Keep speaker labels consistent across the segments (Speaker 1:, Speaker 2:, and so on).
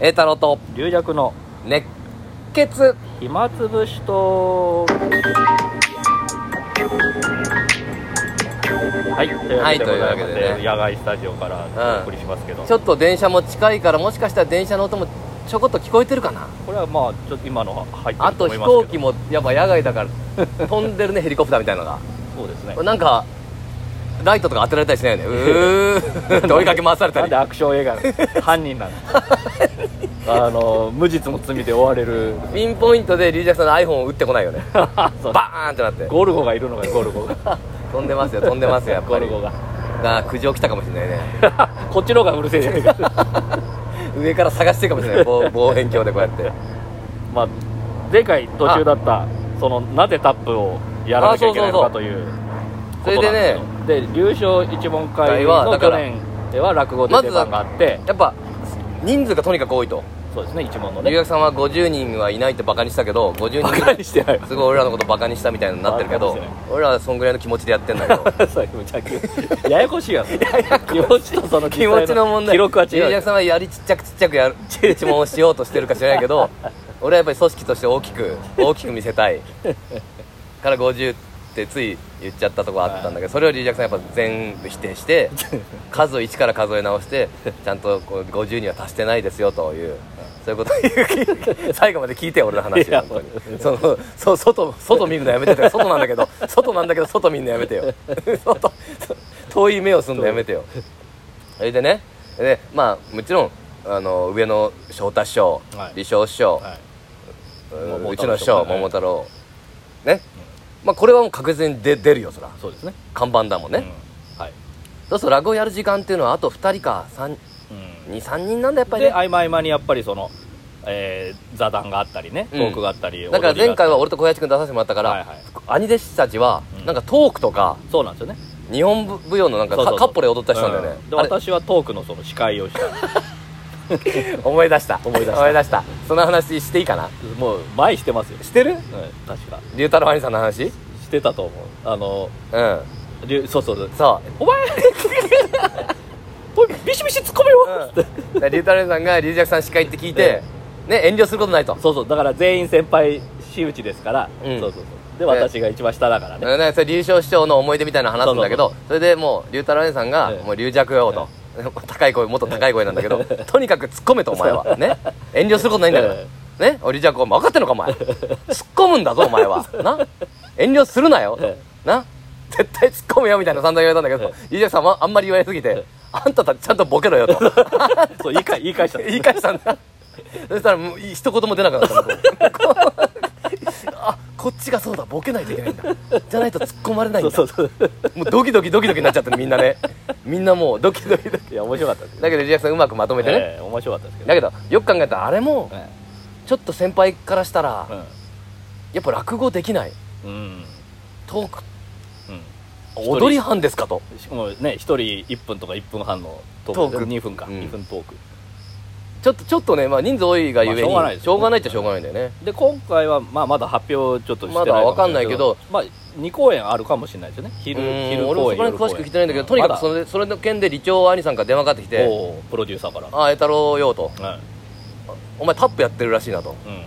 Speaker 1: 栄太郎と
Speaker 2: 龍弱の
Speaker 1: 熱血
Speaker 2: 暇つぶしとはいという
Speaker 1: はい
Speaker 2: わけでご
Speaker 1: と
Speaker 2: ざいまし
Speaker 1: いうわけで
Speaker 2: て
Speaker 1: ね
Speaker 2: 野外スタジオから
Speaker 1: うん
Speaker 2: お送りしますけど、
Speaker 1: ちょっと電車も近いからもしかしたら電車の音もちょこっと聞こえてるかな
Speaker 2: これはまあちょっと今のは入って
Speaker 1: あ
Speaker 2: ると
Speaker 1: と
Speaker 2: 思
Speaker 1: 飛
Speaker 2: いますけど
Speaker 1: 行機もやっぱ野外だから飛んでるねヘリコプターみたいなのが
Speaker 2: そうですね
Speaker 1: なんかライトとか当てられたりしないよね うーって追いかけ回された
Speaker 2: なん
Speaker 1: り
Speaker 2: でアクション映画の犯人な のあの無実の罪で追われ る
Speaker 1: ピンポイントでリュウジャクさんの iPhone を打ってこないよね
Speaker 2: そう
Speaker 1: バーンってなって
Speaker 2: ゴルゴがいるのがゴルゴが
Speaker 1: 飛んでますよ飛んでますよやっぱ
Speaker 2: ゴ
Speaker 1: り
Speaker 2: ルゴが
Speaker 1: が苦情来たかもしれないね
Speaker 2: こっちの方がうるせえじゃねえか
Speaker 1: 上から探してるかもしれない望望遠鏡でこうやって
Speaker 2: まあ、前回途中だったそのなぜタップをやらなきゃいけないの
Speaker 1: あ
Speaker 2: か
Speaker 1: そ
Speaker 2: という
Speaker 1: それでね
Speaker 2: ことなんですよで流暢一問会
Speaker 1: は
Speaker 2: の
Speaker 1: だか
Speaker 2: 去
Speaker 1: ら
Speaker 2: 年では落語で出番があって、
Speaker 1: やっぱ人数がとにかく多いと
Speaker 2: そうですね一問の
Speaker 1: 留
Speaker 2: ね
Speaker 1: 学さんは50人はいないってバカにしたけど50人
Speaker 2: バ
Speaker 1: ぐ
Speaker 2: カ
Speaker 1: らい
Speaker 2: にしてない
Speaker 1: すごい俺らのことバカにしたみたいになってるけ
Speaker 2: バ
Speaker 1: ど
Speaker 2: カにして
Speaker 1: 俺らはそんぐらいの気持ちでやってんだけど
Speaker 2: そうむちゃくややこしいやつ気持ちとその
Speaker 1: 気持ちの問題
Speaker 2: 記録は違
Speaker 1: 留
Speaker 2: う
Speaker 1: 学さんはやりちっちゃくちっちゃくやる一問をしようとしてる か知らないけど俺はやっぱり組織として大きく大きく見せたいから50ってつい言っちゃったとこあったんだけどそれをリージャクさんやっぱ全部否定して 数を1から数え直してちゃんとこう50には達してないですよというそういうことを言 う最後まで聞いてよ俺の話
Speaker 2: いや
Speaker 1: 本当にそのそ外外見るのやめてて外なんだけど外なんだけど外見るのやめてよ 外遠い目をすんのやめてよそれでねでまあもちろんあの上の翔太師匠、
Speaker 2: はい
Speaker 1: 李翔師匠、
Speaker 2: はいう桃
Speaker 1: う
Speaker 2: 太
Speaker 1: ち
Speaker 2: 郎
Speaker 1: の師匠
Speaker 2: 師匠ね
Speaker 1: 桃太郎ね、まあこれはもう確実に出出るよそら
Speaker 2: そうですね
Speaker 1: 看板だもんね、
Speaker 2: うんはい、
Speaker 1: そうすると落語やる時間っていうのはあと2人か
Speaker 2: うん
Speaker 1: 23人なんだやっぱり
Speaker 2: で合
Speaker 1: ね
Speaker 2: 間合間にやっぱりその、えー座談があったりねトークがあったり、
Speaker 1: だから前回は
Speaker 2: 踊りがあっ
Speaker 1: 俺と小林君出させてもらったから、
Speaker 2: はいはい
Speaker 1: 兄弟子たちは
Speaker 2: うん
Speaker 1: なんかトークとか
Speaker 2: たりそうなんですよね
Speaker 1: 日本舞踊のなんか
Speaker 2: そうそうそう
Speaker 1: カッポで踊ったりしたんだよね、
Speaker 2: うんで
Speaker 1: あれ
Speaker 2: 私はトークのその司会をした
Speaker 1: 思い出した
Speaker 2: 思い出した
Speaker 1: 思い出したその話していいかな
Speaker 2: もう前してますよ、うん、
Speaker 1: してる
Speaker 2: 確か
Speaker 1: 龍太郎兄さんの話
Speaker 2: してたと思うあの
Speaker 1: うん
Speaker 2: りゅそ うそう
Speaker 1: そう
Speaker 2: お前おいビシビシ突っ込めよ、つって
Speaker 1: うん、だリュウタレさんがリュウジャクさん司会って聞いて、ね、遠慮することないと、
Speaker 2: そうそうだから全員先輩私内ですから、
Speaker 1: うん
Speaker 2: そうそうそうで私が一番下だからね、
Speaker 1: ね、それ竜昇師匠の思い出みたいなの話すんだけどそれでもうリュウタレさんが「
Speaker 2: ええ
Speaker 1: もう龍弱よ」と、高い声もっと高い声なんだけどとにかく突っ込めとお前はね遠慮することないんだから、
Speaker 2: え
Speaker 1: ねお龍弱お前分かってんのかお前突っ込むんだぞお前はな遠慮するなよと、
Speaker 2: え
Speaker 1: な絶対突っ込むよみたいな散々言われたんだけ
Speaker 2: え
Speaker 1: ど龍弱さんはあんまり言われすぎて「あんたたちちゃんとボケろよ」と
Speaker 2: そう言い返言い返し た
Speaker 1: 言い返したん だそしたらもう一言も出なくなったのこうあこっちがそうだボケないといけないんだじゃないと突っ込まれないんだ
Speaker 2: そうそうそう
Speaker 1: もうドキドキドキドキになっちゃってるみんなねみんなもうドキドキドキ
Speaker 2: いや面白かったですけど
Speaker 1: だけどリアクさんうまくまとめてね、
Speaker 2: ええ面白かったですけど
Speaker 1: だけどよく考えたらあれも
Speaker 2: え
Speaker 1: ちょっと先輩からしたら、
Speaker 2: え
Speaker 1: やっぱ落語できない
Speaker 2: うんうん
Speaker 1: トーク
Speaker 2: うん
Speaker 1: 踊り班ですかと
Speaker 2: しかもね一人1分とか1分半のトーク
Speaker 1: トーク
Speaker 2: 2分か、
Speaker 1: うん
Speaker 2: 2分トーク
Speaker 1: ちょっとちょっとね、まあ、人数多いがゆえに、
Speaker 2: まあしょうがないです
Speaker 1: しょうがないっちゃしょうがないんだよね
Speaker 2: で今回は、まあ、まだ発表ちょっとしてない
Speaker 1: まだわか
Speaker 2: も
Speaker 1: ん
Speaker 2: し
Speaker 1: な
Speaker 2: れ
Speaker 1: いけど、
Speaker 2: まあ、2公演あるかもしれないですよね昼
Speaker 1: うーん
Speaker 2: 昼
Speaker 1: 俺もそ
Speaker 2: 公演
Speaker 1: こら辺詳しく聞いてないんだけどとにかくそ
Speaker 2: の
Speaker 1: れそれの件で理長兄さんから電話かかってきて
Speaker 2: プロデューサーから
Speaker 1: 「ああ栄太郎よ」と
Speaker 2: はい
Speaker 1: 「お前タップやってるらしいな」と
Speaker 2: うん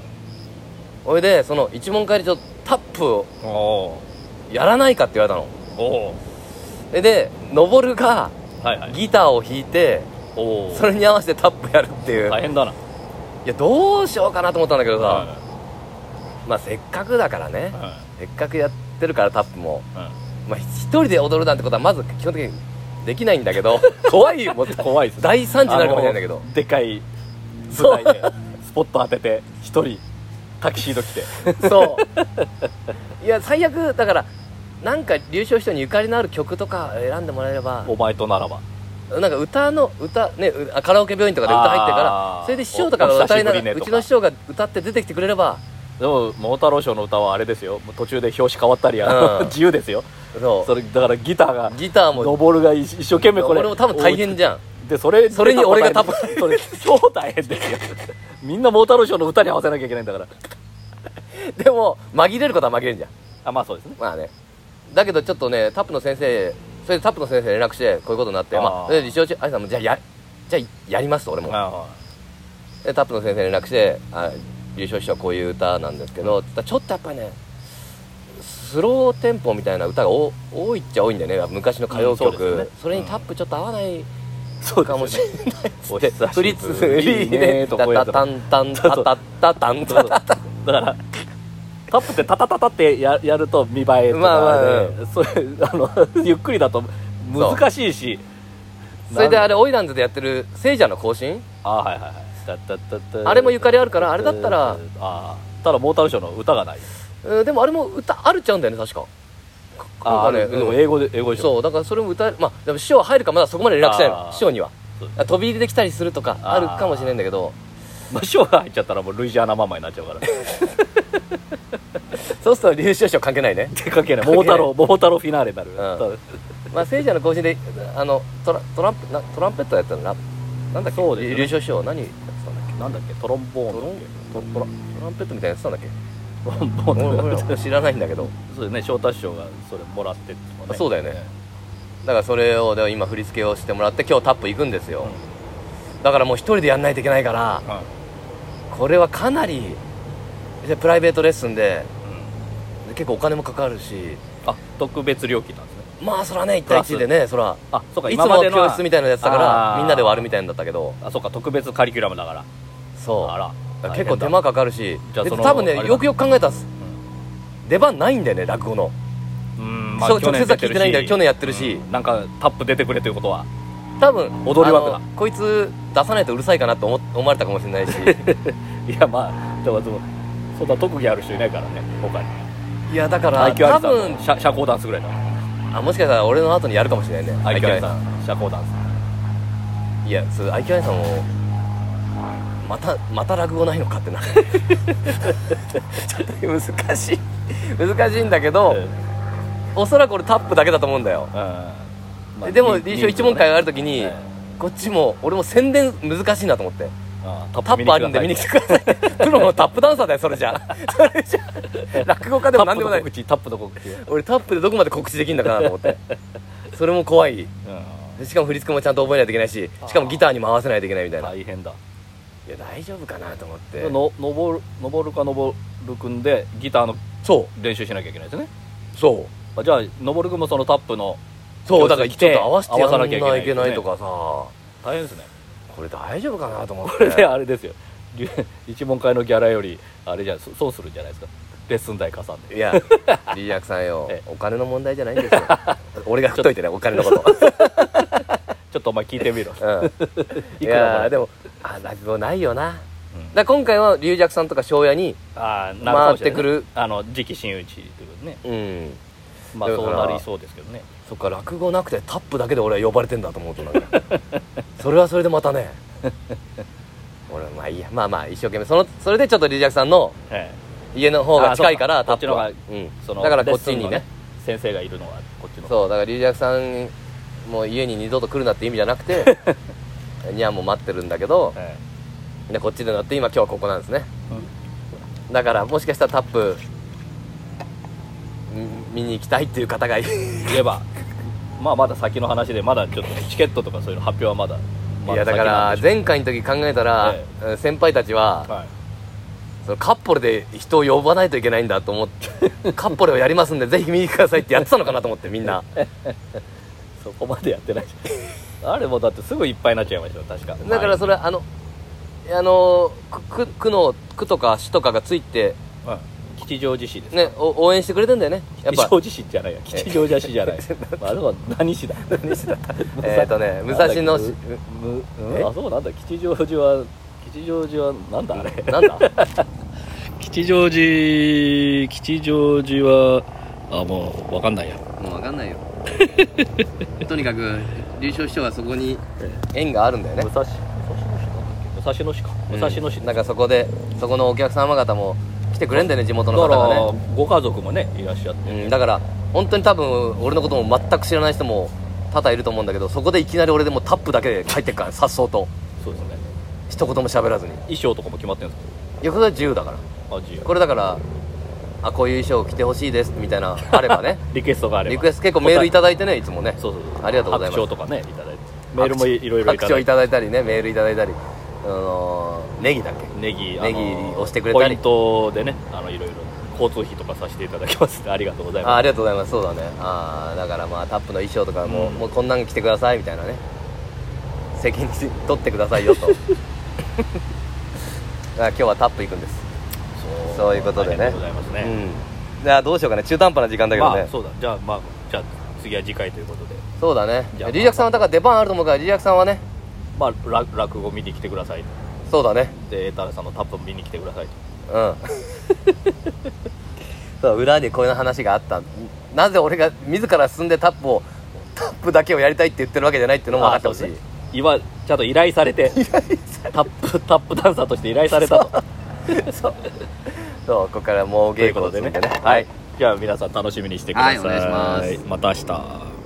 Speaker 1: それでその一問会でちょっとタップを
Speaker 2: おお
Speaker 1: やらないかって言われたの
Speaker 2: おお
Speaker 1: それで登るが
Speaker 2: はいはい
Speaker 1: ギターを弾いて
Speaker 2: おお
Speaker 1: それに合わせてタップやるっていう、
Speaker 2: 大変だない
Speaker 1: やどうしようかなと思ったんだけどさ、
Speaker 2: は
Speaker 1: まあせっかくだからね、
Speaker 2: いは
Speaker 1: せっかくやってるからタップも、
Speaker 2: いは
Speaker 1: まあ、一人で踊るなんてことはまず基本的にできないんだけ ど怖いもっ
Speaker 2: い
Speaker 1: と
Speaker 2: 怖いですね
Speaker 1: 大惨事になるかもしれないんだけど
Speaker 2: あのでかい舞台でスポット当てて一人タキシード着て
Speaker 1: そういや最悪だからなんか優勝人にゆかりのある曲とか選んでもらえれば
Speaker 2: お前とならば
Speaker 1: なんか歌の歌ねうあカラオケ病院とかで歌入ってるか
Speaker 2: あ
Speaker 1: ら
Speaker 2: ー
Speaker 1: それで師匠とかが歌いな
Speaker 2: お久しぶり
Speaker 1: がら
Speaker 2: ねと
Speaker 1: う
Speaker 2: か
Speaker 1: ちの師匠が歌って出てきてくれれば
Speaker 2: でも桃太郎賞の歌はあれですよもう途中で表紙変わったりや、
Speaker 1: うん
Speaker 2: 自由ですよ
Speaker 1: そ
Speaker 2: それだからギターが
Speaker 1: うギターも
Speaker 2: 登るが一生懸命これ
Speaker 1: 俺も多分大変じゃん
Speaker 2: でそれ
Speaker 1: それに俺が多分
Speaker 2: それ超大変ですよ みんな桃太郎賞の歌に合わせなきゃいけないんだから
Speaker 1: でも紛れることは紛れるじゃん
Speaker 2: あまあそうですね
Speaker 1: まあねだけどちょっとねタップの先生それでタップの先生に連絡してこういうことになって
Speaker 2: あー
Speaker 1: まあそれで理事長あいさんもじゃあやじゃあやりますと俺も
Speaker 2: あ
Speaker 1: でタップの先生に連絡して「あ優勝師匠はこういう歌なんですけど」つったらちょっとやっぱりねスローテンポみたいな歌がお多いっちゃ多いんだよねやっぱ昔の歌謡曲、
Speaker 2: うんそ
Speaker 1: そう
Speaker 2: ですね
Speaker 1: れにタップちょっと合わない
Speaker 2: そ
Speaker 1: かもしれないっつ
Speaker 2: お
Speaker 1: って、
Speaker 2: 久しぶり
Speaker 1: フリッツリーで「タ
Speaker 2: とこういうや
Speaker 1: タ
Speaker 2: つ
Speaker 1: タンタンタタタタンタタタ
Speaker 2: だからタップってタタタタってややると見栄えと
Speaker 1: まあまあ
Speaker 2: かで、それあの ゆっくりだと難しいし」
Speaker 1: それであ
Speaker 2: れ
Speaker 1: れオイランズでやってる「聖者の行進
Speaker 2: あはいはいはいタタタタ
Speaker 1: あれもゆかりあるからあれだったら
Speaker 2: あーただモータルショーの歌がない」
Speaker 1: うんでもあれも歌あるっちゃうんだよね確か
Speaker 2: あ
Speaker 1: あ
Speaker 2: あ
Speaker 1: れ
Speaker 2: れでも英語で英語でしょ
Speaker 1: そうだからそれも歌えるまあでも師匠は入るかまだそこまで連絡してない
Speaker 2: あー
Speaker 1: の師匠には
Speaker 2: そう
Speaker 1: あ飛び入りできたりするとかあるかもしれないんだけど
Speaker 2: まあショーが入っちゃったらもうルイジアナママになっち ゃうから
Speaker 1: そうすると流暢師匠関係ないね
Speaker 2: 関係ない桃太郎桃太郎フィナーレになる、
Speaker 1: まあ聖者の行進であのトラトランプなトランペットやったのななんだっけ
Speaker 2: そうですね
Speaker 1: 流暢師匠何やってたんだっけ
Speaker 2: なんだっけトロンボーン
Speaker 1: トロントトラトランペットみたいなやつなんだっけ
Speaker 2: トロンボーン
Speaker 1: 俺俺 は知らないんだけど
Speaker 2: そうですね翔太師匠がそれもらってっても
Speaker 1: あそうだよねだからそれをでも今振り付けをしてもらって今日タップ行くんですよ、だからもう一人でやんないといけないから
Speaker 2: うん
Speaker 1: これはかなりでプライベートレッスンでで結構お金もかかるし
Speaker 2: あ特別料金なんですね
Speaker 1: まあそらね1対1でねそら
Speaker 2: あそうか
Speaker 1: いつも
Speaker 2: 今までのは
Speaker 1: 教室みたいなやつだか
Speaker 2: あ
Speaker 1: ら
Speaker 2: ー
Speaker 1: みんなで割るみたいなんだったけど
Speaker 2: あそうか特別カリキュラムだから
Speaker 1: そう
Speaker 2: あ
Speaker 1: だ
Speaker 2: ら
Speaker 1: から結構手
Speaker 2: 大
Speaker 1: 間かかるし
Speaker 2: じゃあ
Speaker 1: で
Speaker 2: その
Speaker 1: 多分
Speaker 2: あれ
Speaker 1: ね
Speaker 2: だ
Speaker 1: よくよく考えたら出番ないんだよね落語の
Speaker 2: 変だうん、
Speaker 1: そう
Speaker 2: 去年
Speaker 1: 直接は聞いてないんだけど去年やってるし
Speaker 2: うんなんかタップ出てくれということは
Speaker 1: 多分
Speaker 2: 踊り枠だ
Speaker 1: あのこいつ出さないとうるさいかなと思思われたかもしれ ないし
Speaker 2: いやまあでもでもそんな特技ある人いないからね他に
Speaker 1: いやだから
Speaker 2: 愛嬌
Speaker 1: 多
Speaker 2: ありさん
Speaker 1: 分
Speaker 2: の社社交ダンスぐらいだ
Speaker 1: あもしかしたら俺の後にやるかもしれないね
Speaker 2: 愛嬌あり
Speaker 1: ん
Speaker 2: さん社交ダンス
Speaker 1: いやそう愛嬌ありさんもまたまた落語ないのかって なるちょっと難しい難しいんだけど、
Speaker 2: うん
Speaker 1: おそらく俺タップだけだと思うんだよ、
Speaker 2: まあ
Speaker 1: でも
Speaker 2: 人
Speaker 1: 臨床一問会があるときに、
Speaker 2: え
Speaker 1: こっちも俺も宣伝難しいなと思って
Speaker 2: あ
Speaker 1: タップあるんで見に来てくださいプロのタップダンサーだよそれじ ゃそれじゃ落語家でも何でもない
Speaker 2: タップの告知タップの告知、うん、
Speaker 1: 俺タップでどこまで告知できるんだかなと思ってそれも怖いでしかも振り付けもちゃんと覚えないといけないししかもギターにも合わせないといけないみたいない
Speaker 2: 大変だ
Speaker 1: や大丈夫かなと思って
Speaker 2: の登る登るか登るくんでギターの
Speaker 1: そ
Speaker 2: 練習しなきゃいけないですね
Speaker 1: うそう
Speaker 2: あじゃあ登るくんもそのタップの
Speaker 1: そうだ
Speaker 2: 教
Speaker 1: から
Speaker 2: 室に
Speaker 1: ち
Speaker 2: 来て
Speaker 1: ょっと合わせてやらなき
Speaker 2: 合わ
Speaker 1: ゃ
Speaker 2: さ
Speaker 1: い
Speaker 2: なきゃい
Speaker 1: け
Speaker 2: け
Speaker 1: な
Speaker 2: ないい
Speaker 1: と
Speaker 2: と
Speaker 1: か
Speaker 2: か
Speaker 1: さ
Speaker 2: 大変ですね
Speaker 1: これ大丈夫かなと思って
Speaker 2: これであれですよ りゅ一問会のギャラよりあれじゃそ損するんじゃないですかレッスン代加算で
Speaker 1: い やリーダーさんよ
Speaker 2: ええ
Speaker 1: お金の問題じゃないん ですよ俺が振っといてねお金のこと、
Speaker 2: ちょっとお前聞いてみろ
Speaker 1: うん、い
Speaker 2: いくらも
Speaker 1: や
Speaker 2: ら
Speaker 1: ー
Speaker 2: え
Speaker 1: でもあ落語ないよなだか
Speaker 2: うん
Speaker 1: ら今回は龍尺さんとか庄屋に
Speaker 2: あーなるかもしれな
Speaker 1: 回っ
Speaker 2: い
Speaker 1: てくる
Speaker 2: あの次期真打ちということでね
Speaker 1: うん
Speaker 2: まあ
Speaker 1: だか
Speaker 2: そ
Speaker 1: ら
Speaker 2: うなりそうですけどね
Speaker 1: そっか落語なくてタップだけで俺は呼ばれてんだと思うとなん かそれはそれでまたね俺まあいいやまあまあ一生懸命そのそれでちょっと龍尺さんの
Speaker 2: え
Speaker 1: 家の方が近いから
Speaker 2: あーそ
Speaker 1: タ
Speaker 2: う
Speaker 1: ッ
Speaker 2: か
Speaker 1: プは
Speaker 2: こっち
Speaker 1: うん
Speaker 2: えその
Speaker 1: だからこっちに
Speaker 2: レッ
Speaker 1: ね
Speaker 2: スンの先生がいるのはこっちの
Speaker 1: そうだから龍尺さんもう家に二度と来るなって意味じゃなく てにゃんも待ってるんだけど
Speaker 2: え
Speaker 1: でこっちでなって今今日はここなんですね
Speaker 2: え
Speaker 1: だからもしかしたらタップん見に行きたいっていう方がい
Speaker 2: 言えばまあまだ先の話でまだちょっとチケットとかそういうの発表はまだ
Speaker 1: い
Speaker 2: ま
Speaker 1: やだか
Speaker 2: 先なん
Speaker 1: ら
Speaker 2: でしょ
Speaker 1: 前回の時考えたら、
Speaker 2: え
Speaker 1: うん先輩たちは、
Speaker 2: はい
Speaker 1: そのカッポレで人を呼ばないといけないんだと思って カッポレをやりますんでぜひ見に来てくださいってやってたのかなと思ってみんな
Speaker 2: そこまでやってないじゃんあれもだってすぐいっぱいになっちゃいましたよ確か
Speaker 1: だからそれあのあの区区の区とか市とかがついて
Speaker 2: はい吉祥寺市です
Speaker 1: ね、お応援してくれてんだよねやっ
Speaker 2: 吉
Speaker 1: ぱ
Speaker 2: 祥寺市 じゃないや吉祥寺市じ ゃないまあでも何市だ何 市だ
Speaker 1: えーとね武蔵野市
Speaker 2: む
Speaker 1: え
Speaker 2: むあそうなんだ吉祥寺は吉祥寺はなんだあ れ
Speaker 1: なんだ
Speaker 2: 吉祥寺吉祥寺はあもう分かんないや
Speaker 1: もう分かんないよ とにかく優勝師匠はそこに縁があるんだよね
Speaker 2: 武蔵武蔵野市か武蔵野市
Speaker 1: うんな
Speaker 2: だっ
Speaker 1: ん
Speaker 2: け
Speaker 1: かそこでそこのお客様方も来てくれんだよね地元
Speaker 2: 武
Speaker 1: の
Speaker 2: 蔵野市
Speaker 1: 方
Speaker 2: だから
Speaker 1: がね
Speaker 2: ご家族もねいらっしゃって
Speaker 1: うん、だから本当に多分俺のことも全く知らない人も多々いると思うんだけどそこでいきなり俺でもうタップだけで帰ってっからさっそうと
Speaker 2: そうですね
Speaker 1: 一言も喋らずにい
Speaker 2: 衣装とかも決まってるんです
Speaker 1: やこれは自由だから
Speaker 2: かあ自由
Speaker 1: これだからあこういう衣装着てほしいですみたいなあればね
Speaker 2: リクエスト があれば
Speaker 1: リクエスト結構メールいただいてねいつもね
Speaker 2: そうそうそう
Speaker 1: ありがとうございます
Speaker 2: 白鳥とかねいただいてメールもいいろいろ
Speaker 1: 白
Speaker 2: いただ
Speaker 1: 鳥
Speaker 2: い
Speaker 1: い
Speaker 2: て
Speaker 1: ただいたりねメールいただいたり、あのーネギだっけ
Speaker 2: ネギ
Speaker 1: ネギ押してくれた
Speaker 2: ポ
Speaker 1: り
Speaker 2: イントでねあのいろいろ交通費とかさせていただ きますんでありがとうござい
Speaker 1: ああ
Speaker 2: ま
Speaker 1: りがとうございますそうだねああだからまあタップの衣装とかも、
Speaker 2: うん
Speaker 1: もうこんなん着てくださいみたいなね責任取ってくださいよ と だから今日はタップ行くんです
Speaker 2: す
Speaker 1: そういうことでね
Speaker 2: ありがとうございますね、
Speaker 1: うんじゃあどうしようかね中途半端な時間だけどね、
Speaker 2: まあそうだじゃあまあじゃあ次は次回ということで
Speaker 1: そうだね
Speaker 2: じゃあ
Speaker 1: リリアクさんはだから出番あると思うからリリアクさんはね
Speaker 2: まあら落語見に来てください
Speaker 1: そうだね
Speaker 2: で栄太郎さんのタップ見に来てください
Speaker 1: うん そう裏にこういう話があったなぜ俺が自ら進んでタップをタップだけをやりたいって言ってるわけじゃないっていうのも分かってほしい、
Speaker 2: あそうですね今ちゃんと依頼さ れてタップタップダンサーとして依頼されたと
Speaker 1: そうここからもう
Speaker 2: とい
Speaker 1: 稽
Speaker 2: うこ
Speaker 1: 古を
Speaker 2: と
Speaker 1: 積
Speaker 2: で
Speaker 1: ん
Speaker 2: ね
Speaker 1: でねはい
Speaker 2: じゃあ皆さん楽しみにしてください、
Speaker 1: はいお願いします
Speaker 2: また明日